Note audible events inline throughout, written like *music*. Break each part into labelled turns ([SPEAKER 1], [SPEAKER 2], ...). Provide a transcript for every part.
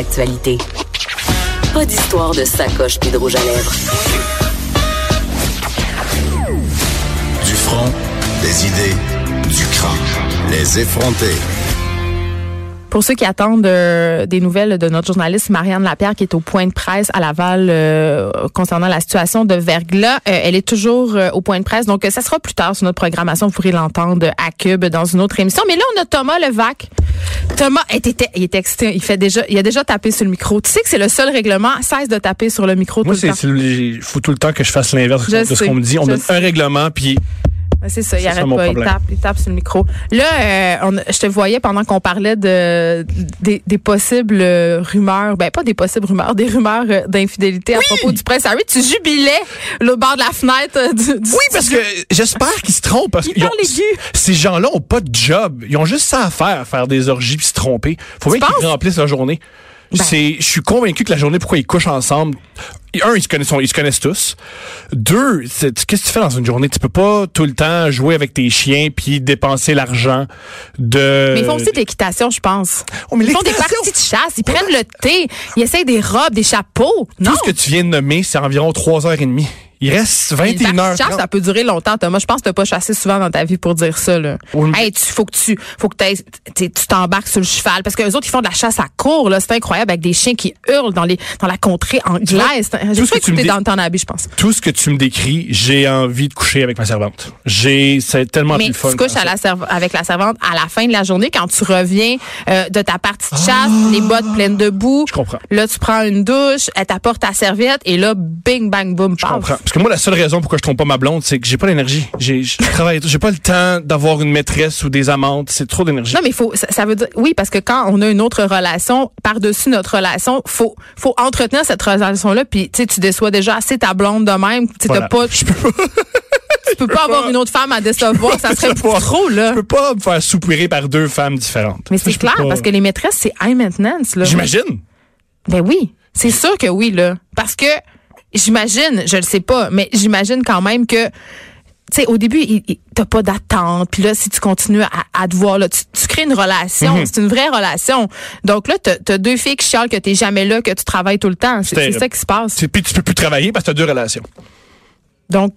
[SPEAKER 1] L'actualité. Pas d'histoire de sacoche puis de rouge à lèvres.
[SPEAKER 2] Du front, des idées, du crâne. Les effronter.
[SPEAKER 3] Pour ceux qui attendent euh, des nouvelles de notre journaliste Marianne Lapierre qui est au point de presse à Laval euh, concernant la situation de verglas, euh, elle est toujours euh, au point de presse. Donc euh, ça sera plus tard sur notre programmation, vous pourrez l'entendre à Cube dans une autre émission. Mais là on a Thomas Levac. Thomas est, était, il est excité, il fait déjà il a déjà tapé sur le micro. Tu sais que c'est le seul règlement, cesse de taper sur le micro
[SPEAKER 4] Moi,
[SPEAKER 3] tout le
[SPEAKER 4] c'est,
[SPEAKER 3] temps.
[SPEAKER 4] c'est le- il faut tout le temps que je fasse l'inverse
[SPEAKER 3] Je
[SPEAKER 4] de ce
[SPEAKER 3] sais,
[SPEAKER 4] qu'on me dit. On
[SPEAKER 3] je
[SPEAKER 4] donne
[SPEAKER 3] sais.
[SPEAKER 4] un règlement, puis
[SPEAKER 3] Ouais, C'est ça, il
[SPEAKER 4] C'est ça
[SPEAKER 3] arrête
[SPEAKER 4] mon
[SPEAKER 3] pas, il
[SPEAKER 4] problème.
[SPEAKER 3] tape, il tape sur le micro. Là, euh, on- je te voyais pendant qu'on parlait de des, des possibles euh, rumeurs, ben pas des possibles rumeurs, des rumeurs euh, d'infidélité à propos du prince Harry. Tu jubilais le bord de la fenêtre euh, du, du
[SPEAKER 4] Oui, parce que j'espère qu'ils se trompent. Parce
[SPEAKER 3] Il
[SPEAKER 4] qu'ils ont-
[SPEAKER 3] parle aigu.
[SPEAKER 4] Ces gens-là ont pas de job. Ils ont juste ça à faire, faire des orgies puis se tromper. Faut bien
[SPEAKER 3] penses? Ben.
[SPEAKER 4] qu'ils remplissent la journée. C'est, je suis convaincu que la journée, pourquoi ils couchent ensemble, un, ils se connaissent, ils se connaissent tous. Deux, c'est- tu- qu'est-ce que tu fais dans une journée? Tu peux pas tout le temps jouer avec tes chiens puis dépenser l'argent de...
[SPEAKER 3] mais ils font aussi de l'équitation, je pense.
[SPEAKER 4] euh, Oh, mais
[SPEAKER 3] ils font des
[SPEAKER 4] l'équitation-
[SPEAKER 3] parties de chasse, ils prennent le thé, ils essayent des robes, des chapeaux. Non,
[SPEAKER 4] Tout ce que tu viens de nommer, c'est environ 3h30. Il reste
[SPEAKER 3] Une partie
[SPEAKER 4] 21
[SPEAKER 3] de
[SPEAKER 4] h
[SPEAKER 3] chasse, ça peut durer longtemps, Thomas. Je pense que t'as pas chassé souvent dans ta vie pour dire ça, là.
[SPEAKER 4] Oui, mais-
[SPEAKER 3] Hey, tu, faut que tu, faut que t'aies- t'sais, tu t'embarques sur le cheval. Parce que les autres, ils font de la chasse à court, là. C'est incroyable avec des chiens qui hurlent dans les, dans la contrée anglaise. J'ai
[SPEAKER 4] tout ce
[SPEAKER 3] pas
[SPEAKER 4] que tu me
[SPEAKER 3] écouté
[SPEAKER 4] dis-
[SPEAKER 3] dans ton habit, je pense.
[SPEAKER 4] tout ce que tu me décris, j'ai envie de coucher avec ma servante. J'ai, c'est tellement
[SPEAKER 3] Mais
[SPEAKER 4] Ah, plus
[SPEAKER 3] tu
[SPEAKER 4] le fun.
[SPEAKER 3] couches à la serv- avec la servante à la fin de la journée quand tu reviens euh, de ta partie de chasse, les bottes pleines de boue.
[SPEAKER 4] Ah! Je comprends.
[SPEAKER 3] Là, tu prends une douche, elle t'apporte ta serviette et là, bing, bang, boom,
[SPEAKER 4] Je
[SPEAKER 3] paf.
[SPEAKER 4] comprends. Parce que moi, la seule raison pourquoi je trompe pas ma blonde, c'est que j'ai pas l'énergie. J'ai, je *laughs* travaille, j'ai pas le temps d'avoir une maîtresse ou des amantes. C'est trop d'énergie.
[SPEAKER 3] Non, mais faut, ça, ça veut dire, oui, parce que quand on a une autre relation, par-dessus notre relation, faut, faut entretenir cette relation-là, puis tu sais, tu déçois déjà assez ta blonde de même, tu sais, t'as
[SPEAKER 4] Voilà.
[SPEAKER 3] pas, tu peux *laughs* pas avoir une autre femme à décevoir, ça serait beaucoup
[SPEAKER 4] décevoir.
[SPEAKER 3] trop, là.
[SPEAKER 4] Je peux pas me faire soupirer par deux femmes différentes.
[SPEAKER 3] Mais c'est
[SPEAKER 4] Je peux
[SPEAKER 3] clair,
[SPEAKER 4] pas.
[SPEAKER 3] parce que les maîtresses, c'est high maintenance, là.
[SPEAKER 4] J'imagine.
[SPEAKER 3] Ben oui, c'est sûr que oui, là. Parce que j'imagine, je le sais pas, mais j'imagine quand même que, tu sais, au début, il- il- t'as pas d'attente. Puis là, si tu continues à, à te voir, là, tu, tu crées une relation.
[SPEAKER 4] Mhm.
[SPEAKER 3] C'est une vraie relation. Donc là, t'as t'as deux filles qui chialent que t'es jamais là, que tu travailles tout le temps. C'est c'est
[SPEAKER 4] terrible.
[SPEAKER 3] ça qui se passe.
[SPEAKER 4] C'est, puis tu peux plus travailler parce que t'as deux relations.
[SPEAKER 3] Donc,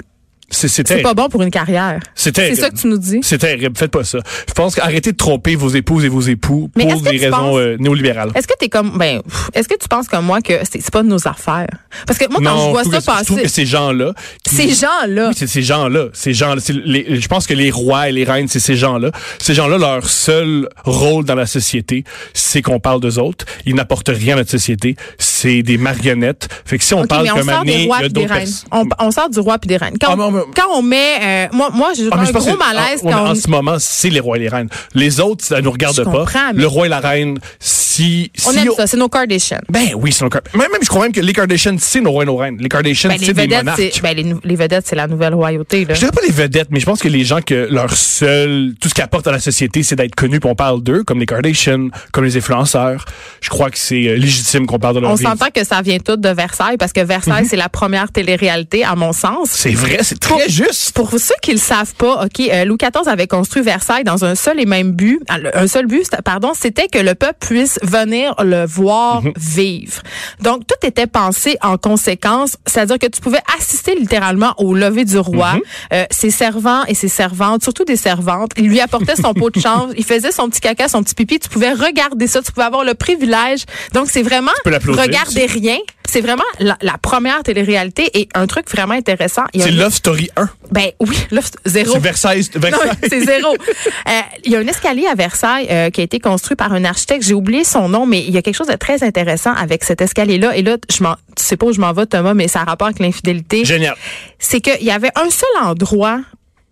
[SPEAKER 4] C'est, c'est
[SPEAKER 3] c'est
[SPEAKER 4] terrible.
[SPEAKER 3] pas bon pour une carrière.
[SPEAKER 4] C'est
[SPEAKER 3] C'est
[SPEAKER 4] terrible.
[SPEAKER 3] ça que tu nous dis.
[SPEAKER 4] C'est terrible. Faites pas ça. Je pense qu'arrêtez de tromper vos épouses et vos époux
[SPEAKER 3] Mais
[SPEAKER 4] pour
[SPEAKER 3] est-ce que
[SPEAKER 4] des
[SPEAKER 3] tu penses-
[SPEAKER 4] raisons euh, néolibérales.
[SPEAKER 3] Est-ce que t'es comme ben pff, est-ce que tu penses comme moi que c'est c'est pas de nos affaires parce que moi quand
[SPEAKER 4] non,
[SPEAKER 3] je vois ça
[SPEAKER 4] trouve que- je trouve
[SPEAKER 3] passer
[SPEAKER 4] que ces gens-là. qui-
[SPEAKER 3] ces gens là
[SPEAKER 4] Oui, c'est ces gens-là. Ces gens je pense que les rois et les reines, c'est ces gens-là. Ces gens-là, leur seul rôle dans la société, c'est qu'on parle d'eux autres. Ils n'apportent rien à notre société. C'est des marionnettes. Fait que si on
[SPEAKER 3] OK,
[SPEAKER 4] parle
[SPEAKER 3] mais on
[SPEAKER 4] comme
[SPEAKER 3] sort des
[SPEAKER 4] année,
[SPEAKER 3] rois
[SPEAKER 4] il y a
[SPEAKER 3] puis des
[SPEAKER 4] d'autres
[SPEAKER 3] reines.
[SPEAKER 4] personnes.
[SPEAKER 3] On, on sort du roi puis des reines. Quand,
[SPEAKER 4] Ah, mais on me-
[SPEAKER 3] quand on met, euh, moi, moi, j'ai
[SPEAKER 4] Ah, mais
[SPEAKER 3] un
[SPEAKER 4] je pense
[SPEAKER 3] gros
[SPEAKER 4] que-
[SPEAKER 3] malaise
[SPEAKER 4] en-
[SPEAKER 3] quand
[SPEAKER 4] en
[SPEAKER 3] on,
[SPEAKER 4] ce moment, c'est les rois et les reines. Les autres, ça nous regarde
[SPEAKER 3] Je
[SPEAKER 4] pas.
[SPEAKER 3] comprends, mais-
[SPEAKER 4] Le roi et la reine, si, si
[SPEAKER 3] on aime ça, c'est nos Kardashians.
[SPEAKER 4] Ben oui, c'est nos Kar- Même, même, je crois même que les Kardashians, c'est nos rois et nos reines. Les Kardashians,
[SPEAKER 3] Ben, les
[SPEAKER 4] c'est des
[SPEAKER 3] vedettes,
[SPEAKER 4] monarques.
[SPEAKER 3] c'est, ben, les, nou- les vedettes, c'est la nouvelle royauté, là.
[SPEAKER 4] Je dirais pas les vedettes, mais je pense que les gens que leur seul, tout ce qu'ils apportent à la société, c'est d'être connus, puis on parle d'eux, comme les Kardashians, comme les influenceurs. Je crois que c'est euh, légitime qu'on parle de leur
[SPEAKER 3] On
[SPEAKER 4] vie.
[SPEAKER 3] s'entend que ça vient tout de Versailles parce que Versailles, c'est la première télé-réalité, à mon sens.
[SPEAKER 4] Mhm. C'est vrai, c'est très juste.
[SPEAKER 3] Pour ceux qui le savent pas, ok, euh, Louis XIV avait construit Versailles dans un seul et même but, ah, le- un seul but, c'est- pardon, c'était que le peuple puisse venir le voir
[SPEAKER 4] Mhm.
[SPEAKER 3] vivre. Donc tout était pensé en conséquence, c'est-à-dire que tu pouvais assister littéralement au lever du
[SPEAKER 4] Mhm.
[SPEAKER 3] roi. Euh, ses servants et ses servantes, surtout des servantes, ils lui apportaient son pot de
[SPEAKER 4] *laughs*
[SPEAKER 3] chanvre, il faisait son petit caca, son petit pipi. Tu pouvais regarder ça, tu pouvais avoir le privilège. Donc c'est vraiment
[SPEAKER 4] peux l'applaudir.
[SPEAKER 3] regarder rien. C'est vraiment la, la première télé-réalité et un truc vraiment intéressant. Il y a
[SPEAKER 4] C'est
[SPEAKER 3] une-
[SPEAKER 4] Love Story 1.
[SPEAKER 3] ben oui, là, c'est zéro.
[SPEAKER 4] C'est Versailles.
[SPEAKER 3] Non,
[SPEAKER 4] Versailles.
[SPEAKER 3] c'est zéro. Euh, Il y a un escalier à Versailles euh, qui a été construit par un architecte. J'ai oublié son nom, mais il y a quelque chose de très intéressant avec cet escalier-là. Et là, je m'en, tu sais pas où je m'en vais, Thomas, mais ça a rapport avec l'infidélité.
[SPEAKER 4] *laughs* Génial.
[SPEAKER 3] C'est qu'il y avait un seul endroit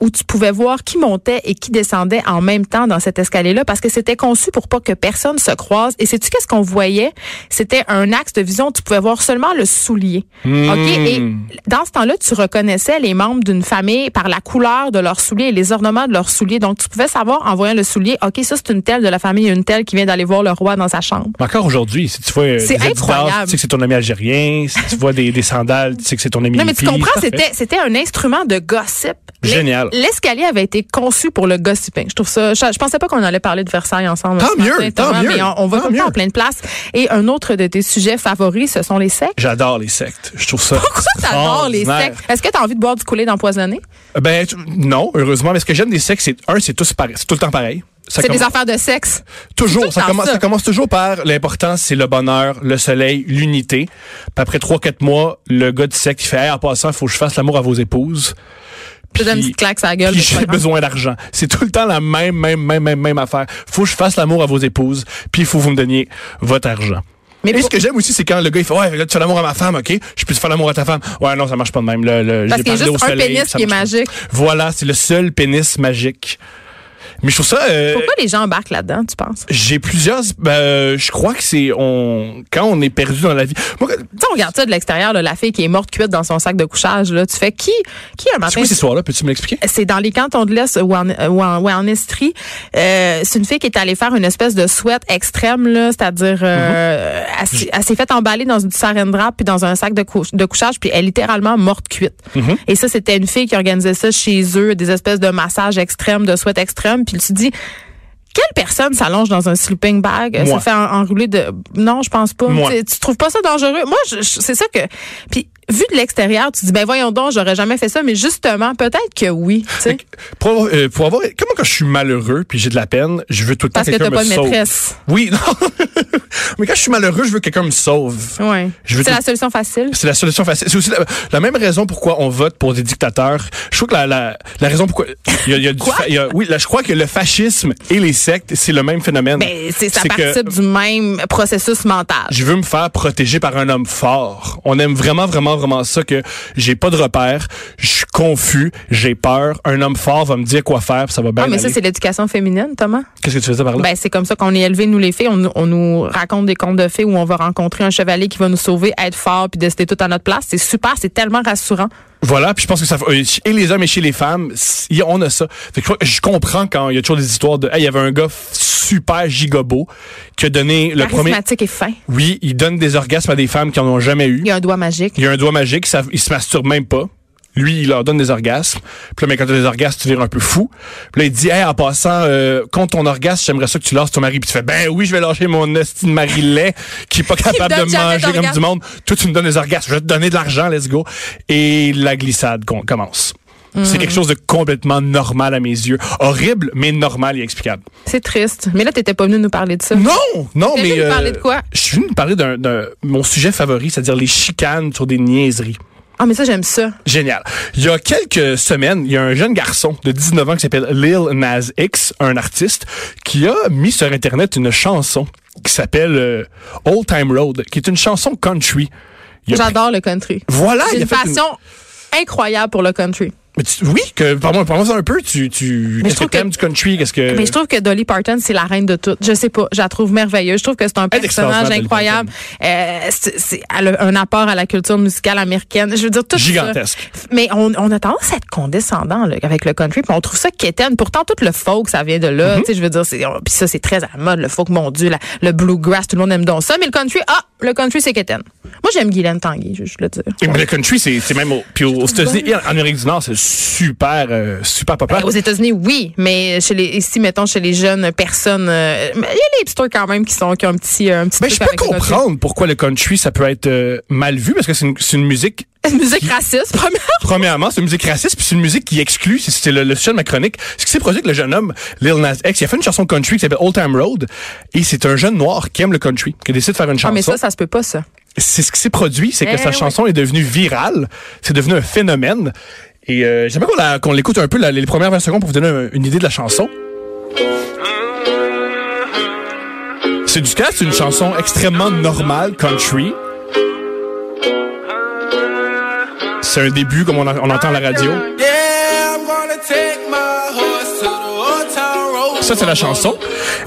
[SPEAKER 3] où tu pouvais voir qui montait et qui descendait en même temps dans cet escalier-là parce que c'était conçu pour pas que personne se croise. Et sais-tu qu'est-ce qu'on voyait? C'était un axe de vision. où Tu pouvais voir seulement le soulier. OK? Et dans ce temps-là, tu reconnaissais les membres d'une famille par la couleur de leurs souliers et les ornements de leurs souliers. Donc, tu pouvais savoir en voyant le soulier, OK, ça, c'est une telle de la famille, une telle qui vient d'aller voir le roi dans sa chambre.
[SPEAKER 4] Encore aujourd'hui, si tu vois euh,
[SPEAKER 3] C'est
[SPEAKER 4] des Adidas,
[SPEAKER 3] incroyable.
[SPEAKER 4] tu sais que c'est ton ami algérien. Si tu vois des, des sandales, tu sais que c'est ton ami
[SPEAKER 3] Non, mais tu
[SPEAKER 4] hippie.
[SPEAKER 3] comprends,
[SPEAKER 4] Parfait.
[SPEAKER 3] c'était, c'était un instrument de gossip
[SPEAKER 4] Génial.
[SPEAKER 3] L'escalier avait été conçu pour le gossiping. Je trouve ça. Je, je pensais pas qu'on allait parler de Versailles ensemble.
[SPEAKER 4] Tant
[SPEAKER 3] ce matin,
[SPEAKER 4] mieux,
[SPEAKER 3] Thomas,
[SPEAKER 4] tant mieux,
[SPEAKER 3] Mais on, on va
[SPEAKER 4] tant
[SPEAKER 3] comme ça en
[SPEAKER 4] mieux.
[SPEAKER 3] plein de place. Et un autre de tes sujets favoris, ce sont les secs.
[SPEAKER 4] J'adore les sectes. Je trouve ça.
[SPEAKER 3] Pourquoi t'adores les
[SPEAKER 4] extraordinaire.
[SPEAKER 3] secs? Est-ce que t'as envie de boire du coulé d'empoisonné?
[SPEAKER 4] Ben, tu- non, heureusement. Mais ce que j'aime des sectes, c'est un, c'est tous pareil, c'est tout le temps pareil. Ça
[SPEAKER 3] C'est des
[SPEAKER 4] commence-
[SPEAKER 3] affaires de sexe.
[SPEAKER 4] Toujours,
[SPEAKER 3] tout le
[SPEAKER 4] ça
[SPEAKER 3] temps
[SPEAKER 4] commence,
[SPEAKER 3] ça.
[SPEAKER 4] ça commence toujours par l'important, c'est le bonheur, le soleil, l'unité. Puis après trois, quatre mois, le gars du secte, il fait, hey, en passant, faut que je fasse l'amour à vos épouses.
[SPEAKER 3] Je te donne une petite claque sur la gueule.
[SPEAKER 4] Puis
[SPEAKER 3] mais c'est pas
[SPEAKER 4] j'ai
[SPEAKER 3] grave.
[SPEAKER 4] besoin d'argent. C'est tout le temps la même, même, même, même, même affaire. Faut que je fasse l'amour à vos épouses, puis il faut que vous me donniez votre argent.
[SPEAKER 3] Mais
[SPEAKER 4] Et
[SPEAKER 3] pour-
[SPEAKER 4] ce que j'aime aussi, c'est quand le gars, il fait, ouais, là, tu fais l'amour à ma femme, ok? Je peux te faire l'amour à ta femme. Ouais, non, ça marche pas de même. Le, le,
[SPEAKER 3] Parce
[SPEAKER 4] j'ai
[SPEAKER 3] qu'il y a
[SPEAKER 4] parlé
[SPEAKER 3] juste
[SPEAKER 4] au
[SPEAKER 3] un
[SPEAKER 4] soleil,
[SPEAKER 3] pénis
[SPEAKER 4] ça
[SPEAKER 3] qui est
[SPEAKER 4] marche pas.
[SPEAKER 3] magique.
[SPEAKER 4] Voilà, c'est le seul pénis magique. Mais je trouve ça, euh,
[SPEAKER 3] Pourquoi les gens embarquent là-dedans, tu penses?
[SPEAKER 4] j'ai plusieurs, ben, je crois que c'est, on, quand on est perdu dans la vie. Moi, quand-
[SPEAKER 3] Tu sais, on regarde ça de l'extérieur, là, la fille qui est morte cuite dans son sac de couchage, là, tu fais qui, qui un
[SPEAKER 4] c'est
[SPEAKER 3] matin?
[SPEAKER 4] quoi ces soirs-là? Peux-tu me l'expliquer?
[SPEAKER 3] C'est dans les cantons de l'Est ou en, ou en, ou en Estrie. Euh, c'est une fille qui est allée faire une espèce de sweat extrême, là, c'est-à-dire
[SPEAKER 4] Mm-hmm.
[SPEAKER 3] euh, elle s'est- elle s'est faite emballer dans du saran wrap puis dans un sac de, cou- de couchage puis elle est littéralement morte cuite.
[SPEAKER 4] Mm-hmm.
[SPEAKER 3] Et ça, c'était une fille qui organisait ça chez eux, des espèces de massages extrêmes, de sweat extrême. Puis tu dis... Quelle personne s'allonge dans un sleeping bag, euh, se
[SPEAKER 4] Moi.
[SPEAKER 3] fait en- enrouler de Non, je pense pas.
[SPEAKER 4] Moi.
[SPEAKER 3] Tu sais, tu trouves pas ça dangereux Moi, je- je- c'est ça que puis vu de l'extérieur, tu dis ben voyons donc, j'aurais jamais fait ça, mais justement, peut-être que oui, tu sais.
[SPEAKER 4] Pour avoir, euh, pour avoir- comment quand je suis malheureux puis j'ai de la peine, je veux tout le temps
[SPEAKER 3] Parce que
[SPEAKER 4] quelqu'un
[SPEAKER 3] t'as pas
[SPEAKER 4] me
[SPEAKER 3] de
[SPEAKER 4] sauve.
[SPEAKER 3] maîtresse.
[SPEAKER 4] Oui, *laughs* non. Mais quand je suis malheureux, je veux que quelqu'un me sauve.
[SPEAKER 3] Ouais.
[SPEAKER 4] Je veux
[SPEAKER 3] C'est
[SPEAKER 4] tout-
[SPEAKER 3] la solution facile.
[SPEAKER 4] C'est la solution facile. C'est aussi la, la même raison pourquoi on vote pour des dictateurs. Je trouve que la, la, la raison pourquoi il y a, il y a du
[SPEAKER 3] Quoi?
[SPEAKER 4] fa- il y a- oui, là, je crois que le fascisme et les sectes, c'est le même phénomène.
[SPEAKER 3] Ben, c'est ça
[SPEAKER 4] C'est que-
[SPEAKER 3] participe du même processus mental.
[SPEAKER 4] je veux me faire protéger par un homme fort. On aime vraiment, vraiment, vraiment ça que j'ai pas de repère, je suis confus, j'ai peur. Un homme fort va me dire quoi faire, puis ça va bien
[SPEAKER 3] Ah, mais ça,
[SPEAKER 4] aller.
[SPEAKER 3] c'est l'éducation féminine, Thomas.
[SPEAKER 4] Qu'est-ce que tu faisais par là?
[SPEAKER 3] Ben, c'est comme ça qu'on est élevés, nous, les filles. On, nous- on nous raconte des contes de fées où on va rencontrer un chevalier qui va nous sauver, être fort, puis décider tout à notre place. C'est super, c'est tellement rassurant.
[SPEAKER 4] Voilà, puis je pense que ça euh, et les hommes et chez les femmes, si- on a ça. Fait que je crois- je comprends quand il y a toujours des histoires de hey, il y avait un gars f- super gigobo qui a donné le premier
[SPEAKER 3] Charismatique et fin.
[SPEAKER 4] Oui, il donne des orgasmes à des femmes qui en ont jamais eu.
[SPEAKER 3] Il y a un doigt magique.
[SPEAKER 4] Il y a un doigt magique, ça, il se masturbe même pas. Lui, il leur donne des orgasmes. Puis là, mais quand t'as des orgasmes, tu vires un peu fou. Puis là, il dit, hey, en passant, euh, compte ton orgasme, j'aimerais ça que tu lâches ton mari. Puis tu fais, ben oui, je vais lâcher mon hostie de mari lait qui
[SPEAKER 3] *laughs*
[SPEAKER 4] est pas capable
[SPEAKER 3] donne
[SPEAKER 4] de
[SPEAKER 3] jamais
[SPEAKER 4] manger comme
[SPEAKER 3] d'orgasme.
[SPEAKER 4] du monde. Toi, tu me donnes des orgasmes. Je vais te donner de l'argent, let's go. Et la glissade com- commence.
[SPEAKER 3] Hmm.
[SPEAKER 4] C'est quelque chose de complètement normal à mes yeux. Horrible, mais normal et explicable.
[SPEAKER 3] C'est triste. Mais là, t'étais pas venu nous parler de ça.
[SPEAKER 4] Non, non,
[SPEAKER 3] T'es
[SPEAKER 4] mais. euh,
[SPEAKER 3] venu nous parler de quoi?
[SPEAKER 4] Je suis venu nous parler d'un, d'un- mon sujet favori, c'est-à-dire les chicanes sur des niaiseries.
[SPEAKER 3] Ah, mais ça, j'aime ça.
[SPEAKER 4] Génial. Il y a quelques semaines, il y a un jeune garçon de 19 ans qui s'appelle Lil Nas X, un artiste, qui a mis sur Internet une chanson qui s'appelle euh, Old Time Road, qui est une chanson country. Il a pris-
[SPEAKER 3] J'adore le country.
[SPEAKER 4] Voilà, il
[SPEAKER 3] J'ai
[SPEAKER 4] a
[SPEAKER 3] une
[SPEAKER 4] fait une-
[SPEAKER 3] passion incroyable pour le country.
[SPEAKER 4] Mais tu- Oui, que, parle-moi, parle-moi ça un peu. Tu, tu,
[SPEAKER 3] Mais je
[SPEAKER 4] qu'est-ce que
[SPEAKER 3] trouve
[SPEAKER 4] t'aimes
[SPEAKER 3] que-
[SPEAKER 4] du country? Qu'est-ce que...
[SPEAKER 3] Mais je trouve que Dolly Parton, c'est la reine de tout. Je sais pas, je la trouve merveilleuse. Je trouve que c'est un
[SPEAKER 4] Elle est extraordinaire,
[SPEAKER 3] personnage
[SPEAKER 4] Dolly
[SPEAKER 3] incroyable. Euh, c'est- c'est- elle a un apport à la culture musicale américaine. Je veux dire, tout ça.
[SPEAKER 4] Gigantesque.
[SPEAKER 3] Mais on, on a tendance à être condescendant là, avec le country, puis on trouve ça quétaine. Pourtant, tout le folk, ça vient de là.
[SPEAKER 4] Mm-hmm.
[SPEAKER 3] Tu sais, Je veux dire, c'est- on- puis ça, c'est très à la mode, le folk, mon Dieu, la- le bluegrass, tout le monde aime donc ça. Mais le country, ah, le country, c'est quétaine. Moi, j'aime Guylaine Tanguy, je je le dire.
[SPEAKER 4] Mais le country, c'est, c'est même au, puis aux États-Unis et en en Amérique du Nord, c'est super, euh, super populaire.
[SPEAKER 3] Ben, aux États-Unis, oui, mais chez les, ici, mettons, chez les jeunes personnes, euh, mais il y a les hipsters quand même qui sont qui ont un petit, euh, un petit.
[SPEAKER 4] Mais
[SPEAKER 3] truc
[SPEAKER 4] je peux
[SPEAKER 3] avec le country.
[SPEAKER 4] comprendre pourquoi le country, ça peut être euh, mal vu, parce que c'est une, c'est une musique,
[SPEAKER 3] Une *laughs* musique raciste, première.
[SPEAKER 4] premièrement, c'est une musique raciste, puis c'est une musique qui exclut, c'est- c'était le, le sujet de ma chronique. Ce qui s'est produit avec le jeune homme, Lil Nas X, il a fait une chanson country qui s'appelle Old Time Road, et c'est un jeune noir qui aime le country, qui décide de faire une
[SPEAKER 3] Ah,
[SPEAKER 4] chanson.
[SPEAKER 3] mais ça, ça se peut pas, ça.
[SPEAKER 4] C'est ce qui s'est produit, c'est que
[SPEAKER 3] Eh
[SPEAKER 4] sa
[SPEAKER 3] oui.
[SPEAKER 4] chanson est devenue virale, c'est devenu un phénomène, et euh, j'aimerais qu'on, la- qu'on l'écoute un peu, la- les premières 20 secondes, pour vous donner un- une idée de la chanson. C'est du cas, c'est une chanson extrêmement normale, country. C'est un début comme on, en- on entend à la radio.
[SPEAKER 5] Yeah, I'm gonna take my horse to the old town road.
[SPEAKER 4] Ça, c'est la chanson.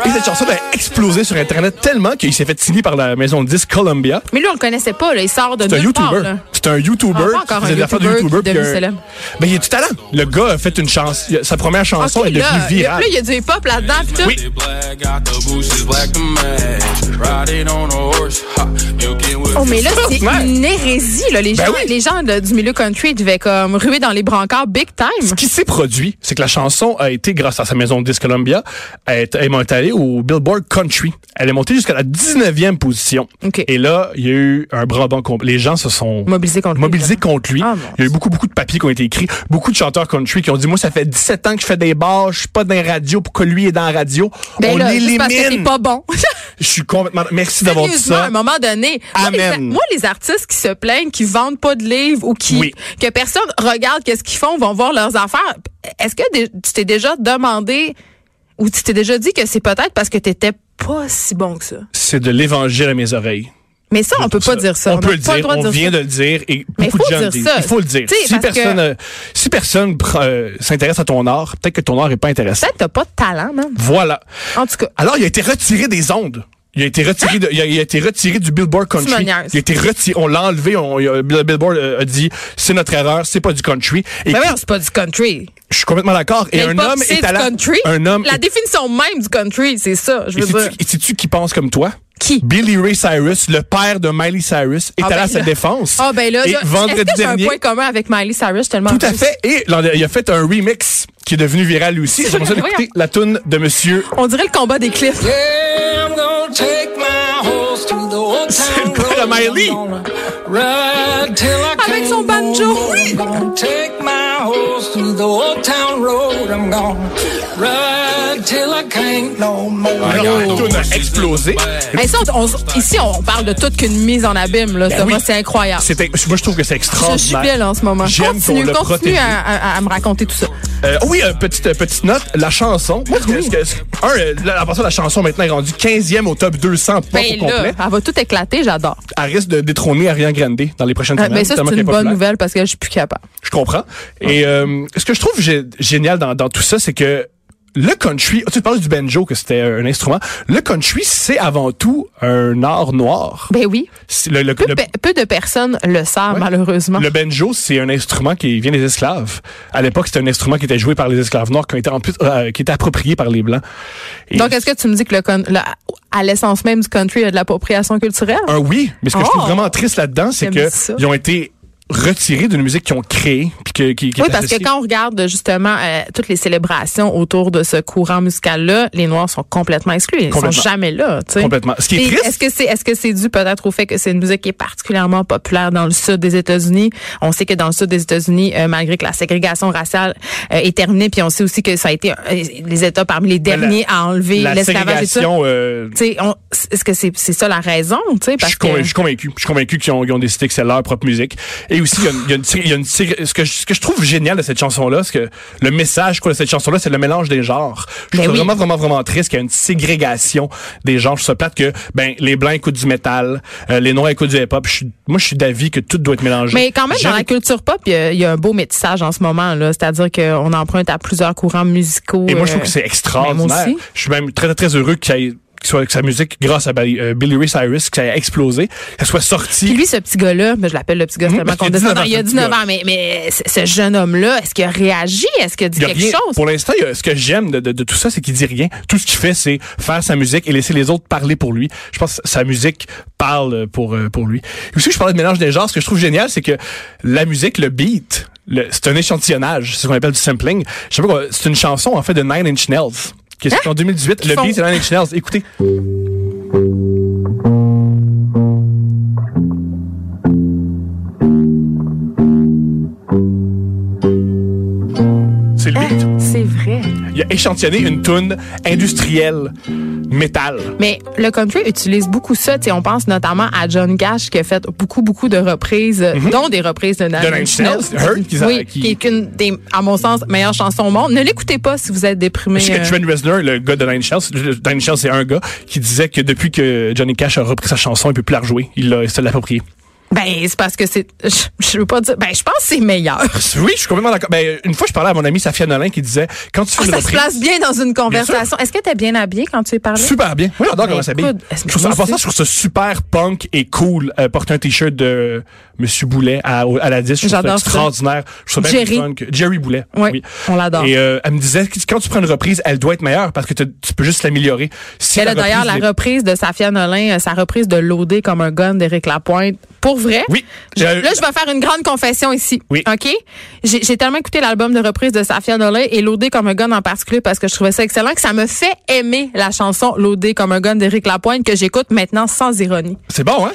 [SPEAKER 4] Et cette chanson elle a explosé sur Internet tellement qu'il s'est fait signer par la maison de disques Columbia.
[SPEAKER 3] Mais lui, on le connaissait pas, là. Il sort de
[SPEAKER 4] C'est un
[SPEAKER 3] nulle part,
[SPEAKER 4] YouTuber.
[SPEAKER 3] là.
[SPEAKER 4] C'est un YouTuber.
[SPEAKER 3] Ah, pas encore
[SPEAKER 4] qui
[SPEAKER 3] un
[SPEAKER 4] faisait des affaires de
[SPEAKER 3] YouTuber qui
[SPEAKER 4] YouTuber.
[SPEAKER 3] est devenu
[SPEAKER 4] puis un-
[SPEAKER 3] célèbre.
[SPEAKER 4] Ben, il a du talent. Le gars a fait une chanson. Sa première chanson
[SPEAKER 3] Ok,
[SPEAKER 4] est devenue
[SPEAKER 3] là, il y a-
[SPEAKER 4] virale.
[SPEAKER 3] là, il y a du hip-hop là-dedans, puis tout.
[SPEAKER 4] Oui.
[SPEAKER 5] Black, got the bushes black to match. Riding on a horse, ha, you can with
[SPEAKER 3] Oh, mais là, c'est
[SPEAKER 4] Ouais.
[SPEAKER 3] une hérésie. Là. Les,
[SPEAKER 4] Ben
[SPEAKER 3] gens,
[SPEAKER 4] oui.
[SPEAKER 3] les gens de- du milieu country devaient comme ruer dans les brancards big time.
[SPEAKER 4] Ce qui s'est produit, c'est que la chanson a été, grâce à sa maison de disque Columbia, elle est, elle est montée au Billboard Country. Elle est montée jusqu'à la 19e position.
[SPEAKER 3] OK.
[SPEAKER 4] Et là, il y a eu un brabant complet. Les gens se sont
[SPEAKER 3] Mobilisés contre lui,
[SPEAKER 4] mobilisés
[SPEAKER 3] là.
[SPEAKER 4] contre lui.
[SPEAKER 3] Ah, mon
[SPEAKER 4] il y a eu beaucoup, beaucoup de papiers qui ont été écrits. Beaucoup de chanteurs country qui ont dit, moi, ça fait 17 ans que je fais des bars, je suis pas dans les radios, pourquoi lui est dans la radio?
[SPEAKER 3] Ben
[SPEAKER 4] On
[SPEAKER 3] là, juste parce que t'es
[SPEAKER 4] l'élimine!
[SPEAKER 3] pas bon. *laughs*
[SPEAKER 4] Je suis complètement... Merci d'avoir dit
[SPEAKER 3] Sérieusement, à
[SPEAKER 4] ça.
[SPEAKER 3] un moment donné. Moi, les-
[SPEAKER 4] Amen.
[SPEAKER 3] Moi, les artistes qui se plaignent, qui vendent pas de livres ou qui
[SPEAKER 4] Oui.
[SPEAKER 3] que personne regarde qu'est-ce qu'ils font, vont voir leurs affaires. Est-ce que dé- tu t'es déjà demandé ou tu t'es déjà dit que c'est peut-être parce que t'étais pas si bon que ça?
[SPEAKER 4] C'est de l'évangile à mes oreilles.
[SPEAKER 3] Mais ça, on peut pas dire ça.
[SPEAKER 4] On, peut
[SPEAKER 3] n'a
[SPEAKER 4] le
[SPEAKER 3] pas
[SPEAKER 4] dire,
[SPEAKER 3] droit de
[SPEAKER 4] on
[SPEAKER 3] dire
[SPEAKER 4] vient
[SPEAKER 3] ça.
[SPEAKER 4] de le dire et
[SPEAKER 3] Mais
[SPEAKER 4] beaucoup
[SPEAKER 3] faut
[SPEAKER 4] de gens le
[SPEAKER 3] dire
[SPEAKER 4] disent.
[SPEAKER 3] ça.
[SPEAKER 4] Il faut le dire.
[SPEAKER 3] Tu sais,
[SPEAKER 4] Si
[SPEAKER 3] parce
[SPEAKER 4] personne,
[SPEAKER 3] que-
[SPEAKER 4] euh, si personne pr- euh, s'intéresse à ton art, peut-être que ton art est pas intéressant.
[SPEAKER 3] Peut-être que t'as pas de talent, man.
[SPEAKER 4] Voilà.
[SPEAKER 3] En tout cas.
[SPEAKER 4] Alors, il a été retiré des ondes. Il a été retiré, de- il, a, il a été retiré du Billboard
[SPEAKER 3] me
[SPEAKER 4] Country.
[SPEAKER 3] niaises.
[SPEAKER 4] Il a été retiré, on l'a enlevé, on- il a- le Billboard euh, a dit c'est notre erreur, c'est pas du country. Et
[SPEAKER 3] Mais Ben voyons, c'est pas du country.
[SPEAKER 4] je suis complètement d'accord. Et
[SPEAKER 3] Mais le
[SPEAKER 4] un
[SPEAKER 3] pop,
[SPEAKER 4] homme
[SPEAKER 3] c'est
[SPEAKER 4] est
[SPEAKER 3] du
[SPEAKER 4] à la,
[SPEAKER 3] country.
[SPEAKER 4] un homme
[SPEAKER 3] La
[SPEAKER 4] est-
[SPEAKER 3] définition même du country, c'est ça. Je
[SPEAKER 4] et
[SPEAKER 3] veux
[SPEAKER 4] sais-tu-
[SPEAKER 3] dire.
[SPEAKER 4] et sais-tu qui pense comme toi?
[SPEAKER 3] Qui?
[SPEAKER 4] Billy Ray Cyrus, le père de Miley Cyrus, est
[SPEAKER 3] Ah,
[SPEAKER 4] allé
[SPEAKER 3] ben
[SPEAKER 4] à sa
[SPEAKER 3] là.
[SPEAKER 4] défense.
[SPEAKER 3] Ah ben là,
[SPEAKER 4] et
[SPEAKER 3] là, est-ce
[SPEAKER 4] vendredi
[SPEAKER 3] que j'ai un
[SPEAKER 4] dernier,
[SPEAKER 3] point commun avec Miley Cyrus tellement
[SPEAKER 4] Tout à
[SPEAKER 3] juste?
[SPEAKER 4] fait. Et l'an- il a fait un remix qui est devenu viral lui aussi.
[SPEAKER 3] C'est
[SPEAKER 4] J'aimerais ça
[SPEAKER 3] vrai,
[SPEAKER 4] d'écouter
[SPEAKER 3] voyons.
[SPEAKER 4] la tune de Monsieur.
[SPEAKER 3] On dirait le combat des clips.
[SPEAKER 5] Yeah, I'm gonna take my horse to the old
[SPEAKER 4] C'est le
[SPEAKER 5] town
[SPEAKER 4] gars de
[SPEAKER 5] road.
[SPEAKER 4] Miley.
[SPEAKER 5] I'm gonna Ride till I
[SPEAKER 3] Avec
[SPEAKER 5] can't
[SPEAKER 3] son
[SPEAKER 5] no
[SPEAKER 3] banjo,
[SPEAKER 5] more.
[SPEAKER 3] oui.
[SPEAKER 5] I'm gonna take my horse to the old town road. I'm gonna ride till I can't no more.
[SPEAKER 4] Alors, Ah, la tune a explosé.
[SPEAKER 3] Mais ça, on- on- ici, on parle de toute qu'une mise en abîme, là. Thomas,
[SPEAKER 4] Ben oui.
[SPEAKER 3] c'est incroyable.
[SPEAKER 4] C'est ex- moi, je trouve que c'est
[SPEAKER 3] Je jubile
[SPEAKER 4] extraordinaire.
[SPEAKER 3] en ce moment.
[SPEAKER 4] J'aime qu'on
[SPEAKER 3] Continue,
[SPEAKER 4] le
[SPEAKER 3] continue
[SPEAKER 4] protège.
[SPEAKER 3] à, à- à me raconter tout ça.
[SPEAKER 4] Euh, oui, euh, petite, euh, petite note, la chanson. Moi, je que, un, euh, la, en passant, la chanson maintenant est rendue 15e au top 200 pop
[SPEAKER 3] Ben
[SPEAKER 4] au
[SPEAKER 3] là,
[SPEAKER 4] complet.
[SPEAKER 3] elle va tout éclater, j'adore.
[SPEAKER 4] Elle risque de détrôner Ariana Grande dans les prochaines
[SPEAKER 3] Mais
[SPEAKER 4] semaines.
[SPEAKER 3] Ah, ben ça, c'est
[SPEAKER 4] tellement Ben qu'elle est
[SPEAKER 3] une bonne
[SPEAKER 4] populaire.
[SPEAKER 3] nouvelle parce que je suis plus capable.
[SPEAKER 4] Je comprends. Et euh, ce que je trouve gé- génial dans, dans tout ça, c'est que le country, oh, tu parles du banjo, que c'était un instrument. Le country, c'est avant tout un art noir.
[SPEAKER 3] Ben oui.
[SPEAKER 4] C'est Le, le-
[SPEAKER 3] Peu,
[SPEAKER 4] le-
[SPEAKER 3] pe- peu de personnes le savent,
[SPEAKER 4] Ouais.
[SPEAKER 3] malheureusement.
[SPEAKER 4] le banjo, c'est un instrument qui vient des esclaves. À l'époque, c'était un instrument qui était joué par les esclaves noirs, qui était, en plus, euh, qui était approprié par les blancs. Et
[SPEAKER 3] Donc, est-ce que tu me dis que le, con- le- à l'essence même du country, il y a de l'appropriation culturelle?
[SPEAKER 4] un oui, mais ce que je
[SPEAKER 3] Oh!
[SPEAKER 4] trouve vraiment triste là-dedans, c'est
[SPEAKER 3] J'aime
[SPEAKER 4] que
[SPEAKER 3] ça.
[SPEAKER 4] ils ont été retirés d'une musique qu'ils ont créée, puis que- qui, qui est
[SPEAKER 3] Oui, parce que
[SPEAKER 4] associée-
[SPEAKER 3] quand on regarde justement euh, toutes les célébrations autour de ce courant musical-là, les Noirs sont complètement exclus. Ils
[SPEAKER 4] Complètement.
[SPEAKER 3] sont jamais là. tu sais.
[SPEAKER 4] Complètement. Ce qui est
[SPEAKER 3] Puis,
[SPEAKER 4] triste-
[SPEAKER 3] Est-ce que c'est est-ce que c'est dû peut-être au fait que c'est une musique qui est particulièrement populaire dans le sud des États-Unis On sait que dans le sud des États-Unis, euh, malgré que la ségrégation raciale euh, est terminée, puis on sait aussi que ça a été euh, les États parmi les
[SPEAKER 4] la-
[SPEAKER 3] derniers à enlever
[SPEAKER 4] la
[SPEAKER 3] l'esclavage et tout ça.
[SPEAKER 4] ségrégation, euh,
[SPEAKER 3] Tu sais, on- Est-ce que c'est c'est ça la raison tu sais,
[SPEAKER 4] Je
[SPEAKER 3] parce
[SPEAKER 4] suis, convain-
[SPEAKER 3] que-
[SPEAKER 4] je suis convaincu. Je suis convaincu qu'ils ont, ils ont décidé que c'est leur propre musique. Et aussi, il y a une- il y a une, série- il y a une série- ce, que je, ce que je trouve génial de cette chanson-là, c'est que le message quoi, de cette chanson-là, c'est le mélange des genres. Je
[SPEAKER 3] Ben
[SPEAKER 4] trouve
[SPEAKER 3] oui.
[SPEAKER 4] vraiment, vraiment, vraiment triste qu'il y ait une ségrégation des genres. Je trouve ça plate que ben, les blancs écoutent du métal, euh, les noirs écoutent du hip-hop. Je suis- Moi, je suis d'avis que tout doit être mélangé.
[SPEAKER 3] Mais quand même, dans
[SPEAKER 4] J'aime-
[SPEAKER 3] la culture pop, il y, a- il y a un beau métissage en ce moment. là C'est-à-dire qu'on emprunte à plusieurs courants musicaux.
[SPEAKER 4] Et moi, je
[SPEAKER 3] euh,
[SPEAKER 4] trouve que c'est
[SPEAKER 3] mais moi
[SPEAKER 4] extraordinaire.
[SPEAKER 3] aussi.
[SPEAKER 4] Je suis même très, très, très heureux qu'il y ait- qu'il soit, que sa musique, grâce à Billy euh, Billy Ray Cyrus, que ça ait explosé, qu'elle soit sortie.
[SPEAKER 3] Puis lui, ce petit gars-là, ben, je l'appelle le petit gars, c'est tellement
[SPEAKER 4] parce qu'il Mmh. a
[SPEAKER 3] condescendant.
[SPEAKER 4] 19 ans,
[SPEAKER 3] Il a
[SPEAKER 4] ce petit
[SPEAKER 3] 19
[SPEAKER 4] gars.
[SPEAKER 3] ans, mais, mais c- ce jeune homme-là, est-ce qu'il a réagi? Est-ce qu'il a dit
[SPEAKER 4] Il y a
[SPEAKER 3] quelque
[SPEAKER 4] rien.
[SPEAKER 3] chose?
[SPEAKER 4] Pour l'instant, il y a- ce que j'aime de, de- de tout ça, c'est qu'il dit rien. Tout ce qu'il fait, c'est faire sa musique et laisser les autres parler pour lui. Je pense que sa musique parle pour, euh, pour lui. Et aussi, je parlais de mélange des genres. Ce que je trouve génial, c'est que la musique, le beat, le- c'est un échantillonnage. C'est ce qu'on appelle du sampling. Je sais pas quoi. C'est une chanson, en fait, de Nine Inch Nails. Qui est sortie en 2018. Le
[SPEAKER 3] Hein? font-
[SPEAKER 4] beat, c'est Nine Inch Nails. Écoutez. C'est
[SPEAKER 3] Hein?
[SPEAKER 4] le beat.
[SPEAKER 3] Ah, C'est vrai.
[SPEAKER 4] Il a échantillonné une toune industrielle, métal.
[SPEAKER 3] Mais le country utilise beaucoup ça. Tu sais, on pense notamment à John Cash qui a fait beaucoup, beaucoup de reprises, euh, dont des reprises de
[SPEAKER 4] Mmh. De
[SPEAKER 3] Nine Inch Nails.
[SPEAKER 4] Hurt, qui-
[SPEAKER 3] Oui,
[SPEAKER 4] qui-
[SPEAKER 3] qui est une des, à mon sens, meilleures chansons au monde. Ne l'écoutez pas si vous êtes déprimé.
[SPEAKER 4] Je sais que
[SPEAKER 3] euh,
[SPEAKER 4] Trent Reznor, le gars de Nine Inch Nails, le- Nine Inch Nails, c'est un gars qui disait que depuis que Johnny Cash a repris sa chanson, il peut plus la rejouer. Il l'a, il se l'a approprié.
[SPEAKER 3] Ben, c'est parce que c'est. Je, je veux pas dire. Ben, je pense que c'est meilleur.
[SPEAKER 4] Oui, je suis complètement d'accord. Ben, une fois, je parlais à mon ami Safia Nolin qui disait quand tu fais
[SPEAKER 3] Ah,
[SPEAKER 4] une
[SPEAKER 3] ça se
[SPEAKER 4] reprise.
[SPEAKER 3] place bien dans une conversation. Est-ce que t'es bien habillée quand tu es parlé?
[SPEAKER 4] Super bien. Oui, j'adore
[SPEAKER 3] Ben,
[SPEAKER 4] comment ça s'habille.
[SPEAKER 3] écoute,
[SPEAKER 4] Je trouve ça- En
[SPEAKER 3] moi
[SPEAKER 4] passant,
[SPEAKER 3] aussi.
[SPEAKER 4] je trouve ça super punk et cool. euh, porter un t-shirt de Monsieur Boulet à, au- à la 10. Je trouve ça
[SPEAKER 3] J'adore ça.
[SPEAKER 4] extraordinaire. Je trouve ça bien
[SPEAKER 3] Jerry.
[SPEAKER 4] plus punk. Jerry Boulet.
[SPEAKER 3] Oui, on l'adore.
[SPEAKER 4] Et euh, elle me disait que quand tu prends une reprise, elle doit être meilleure parce que te- tu peux juste l'améliorer. Si
[SPEAKER 3] Elle a d'ailleurs la
[SPEAKER 4] reprise
[SPEAKER 3] reprise
[SPEAKER 4] n'est-
[SPEAKER 3] de Safia Nolin, euh, sa reprise de Loader comme un gun d'Éric Lapointe. Pour vrai?
[SPEAKER 4] Oui.
[SPEAKER 3] Je-
[SPEAKER 4] J'ai-
[SPEAKER 3] là, je vais faire une grande confession ici.
[SPEAKER 4] Oui.
[SPEAKER 3] OK? J'ai j'ai tellement écouté l'album de reprise de Safia Nolin et Loader comme un gun en particulier parce que je trouvais ça excellent que ça me fait aimer la chanson Loader comme un gun d'Éric Lapointe que j'écoute maintenant sans ironie.
[SPEAKER 4] C'est bon, hein?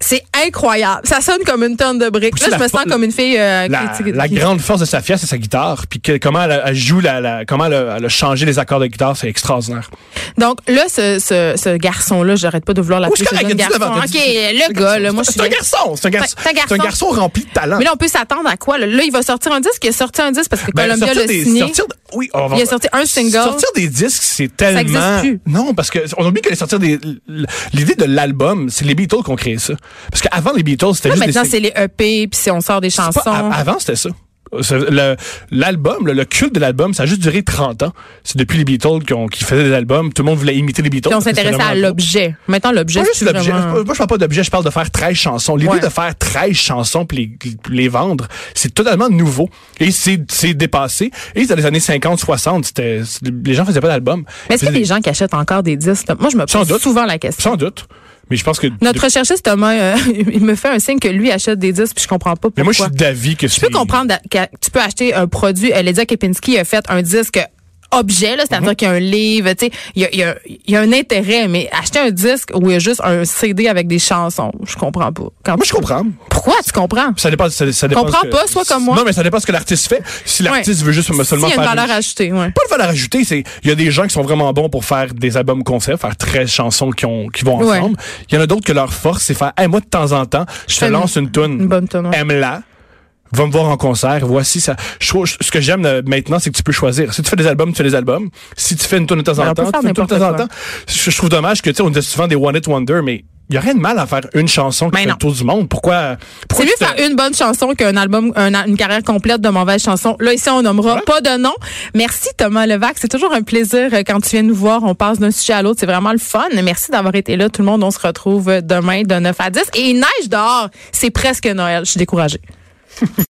[SPEAKER 3] C'est incroyable. Ça sonne comme une tonne de briques.
[SPEAKER 4] Puis
[SPEAKER 3] Là,
[SPEAKER 4] la
[SPEAKER 3] je me
[SPEAKER 4] fo-
[SPEAKER 3] sens comme une fille euh,
[SPEAKER 4] La,
[SPEAKER 3] qui- qui-
[SPEAKER 4] la
[SPEAKER 3] qui-
[SPEAKER 4] grande force de Safia, c'est sa guitare. Puis que- comment elle, elle joue, la, la- comment elle, a- elle a changé les accords de guitare, c'est extraordinaire.
[SPEAKER 3] Donc là, ce, ce, ce garçon-là, j'arrête pas de vouloir l'appeler.
[SPEAKER 4] Oui, c'est
[SPEAKER 3] ce
[SPEAKER 4] correct,
[SPEAKER 3] jeune
[SPEAKER 4] t'as dit
[SPEAKER 3] garçon.
[SPEAKER 4] devant, t'as
[SPEAKER 3] OK, le
[SPEAKER 4] dit-
[SPEAKER 3] gars, là, moi, je
[SPEAKER 4] c'est
[SPEAKER 3] suis...
[SPEAKER 4] un garçon. C'est un, garçon.
[SPEAKER 3] C'est un garçon.
[SPEAKER 4] C'est un garçon rempli de talent.
[SPEAKER 3] Mais là, on peut s'attendre à quoi? Là, Là, il va sortir un disque. Il a sorti un disque parce que
[SPEAKER 4] Ben,
[SPEAKER 3] Columbia
[SPEAKER 4] sortir
[SPEAKER 3] l'a
[SPEAKER 4] des-
[SPEAKER 3] signé.
[SPEAKER 4] sortir de- oui, on va-
[SPEAKER 3] Il a sorti un single.
[SPEAKER 4] Sortir des disques, c'est tellement.
[SPEAKER 3] Ça existe plus.
[SPEAKER 4] Non, parce que on oublie que les sortir des. L'idée de l'album, c'est les Beatles qui ont créé ça. Parce qu'avant les Beatles, c'était
[SPEAKER 3] Là,
[SPEAKER 4] juste
[SPEAKER 3] maintenant,
[SPEAKER 4] des.
[SPEAKER 3] c'est les EP, puis c'est- on sort des chansons.
[SPEAKER 4] C'est pas- av- avant, c'était ça. Ça- le- L'album, le, le culte de l'album, ça a juste duré 30 ans. C'est depuis les Beatles qui, ont- qui faisaient des albums. Tout le monde voulait imiter les Beatles.
[SPEAKER 3] Puis on
[SPEAKER 4] parce que
[SPEAKER 3] s'intéressait
[SPEAKER 4] c'était
[SPEAKER 3] à
[SPEAKER 4] vraiment-
[SPEAKER 3] l'objet. Maintenant, l'objet,
[SPEAKER 4] Pas juste
[SPEAKER 3] c'est
[SPEAKER 4] l'objet.
[SPEAKER 3] vraiment-
[SPEAKER 4] Moi, je parle pas d'objet, je parle de faire 13 chansons. L'idée
[SPEAKER 3] Ouais.
[SPEAKER 4] de faire 13 chansons puis les, puis les vendre, c'est totalement nouveau. Et c'est c'est dépassé. Et dans les années 50, 60, c'était- les gens faisaient pas d'album.
[SPEAKER 3] Mais est-ce qu'il y a
[SPEAKER 4] Faisaient
[SPEAKER 3] des gens qui achètent encore des disques? Moi, je me
[SPEAKER 4] Sans
[SPEAKER 3] pose
[SPEAKER 4] doute.
[SPEAKER 3] souvent la question.
[SPEAKER 4] Sans doute. Mais je pense que.
[SPEAKER 3] Notre recherchiste, Thomas, euh, *laughs* il me fait un signe que lui achète des disques, puis je comprends pas pourquoi.
[SPEAKER 4] mais moi, je suis d'avis que
[SPEAKER 3] Je peux comprendre d'a- que tu peux acheter un produit. Euh, Lydia Kepinski a fait un disque objet, là, c'est-à-dire
[SPEAKER 4] Mhm.
[SPEAKER 3] qu'il y a un livre, tu sais, il y a, il y a- il y a un intérêt, mais acheter un disque où il y a juste un CD avec des chansons, je comprends pas. Quand
[SPEAKER 4] Ah, Moi,
[SPEAKER 3] tu-
[SPEAKER 4] je comprends.
[SPEAKER 3] Pourquoi tu comprends?
[SPEAKER 4] Ça dépend. Ça, ça dépend
[SPEAKER 3] Comprends
[SPEAKER 4] ce que-
[SPEAKER 3] pas, sois comme moi.
[SPEAKER 4] Non, mais ça dépend ce que l'artiste fait. Si l'artiste
[SPEAKER 3] Ouais.
[SPEAKER 4] veut juste seulement
[SPEAKER 3] S'il y a une
[SPEAKER 4] faire.
[SPEAKER 3] valeur
[SPEAKER 4] une-
[SPEAKER 3] ajoutée, ouais.
[SPEAKER 4] pas de valeur ajoutée, c'est il y a des gens qui sont vraiment bons pour faire des albums concept, faire 13 chansons qui ont qui vont
[SPEAKER 3] Ouais.
[SPEAKER 4] ensemble. Il y en a d'autres que leur force c'est faire hey, moi de temps en temps, je te
[SPEAKER 3] fais une-
[SPEAKER 4] lance une tune.
[SPEAKER 3] une bonne tune, ouais.
[SPEAKER 4] Aime-la. Va me voir en concert, voici ça. Je trouve- ce que j'aime euh, maintenant, c'est que tu peux choisir. Si tu fais des albums, tu fais des albums. Si tu fais une tune de temps
[SPEAKER 3] Mais
[SPEAKER 4] en
[SPEAKER 3] on peut
[SPEAKER 4] temps, tu
[SPEAKER 3] faire
[SPEAKER 4] fais une tune de temps en
[SPEAKER 3] n'importe
[SPEAKER 4] temps. Je, je trouve dommage que tu sais on disait souvent des one hit wonder mais il y a rien de mal à faire une chanson qui
[SPEAKER 3] Mais
[SPEAKER 4] fait
[SPEAKER 3] non.
[SPEAKER 4] le tour du monde. Pourquoi
[SPEAKER 3] C'est
[SPEAKER 4] pourquoi
[SPEAKER 3] mieux
[SPEAKER 4] tu te-
[SPEAKER 3] faire une bonne chanson qu'un album, un a- une carrière complète de mauvaises chansons. Là, ici, on nommera
[SPEAKER 4] Ouais.
[SPEAKER 3] pas de nom. Merci, Thomas Levac. C'est toujours un plaisir euh, quand tu viens nous voir. On passe d'un sujet à l'autre. C'est vraiment le fun. Merci d'avoir été là, tout le monde. On se retrouve demain de 9 à 10. Et il neige dehors. C'est presque Noël. Je suis découragée.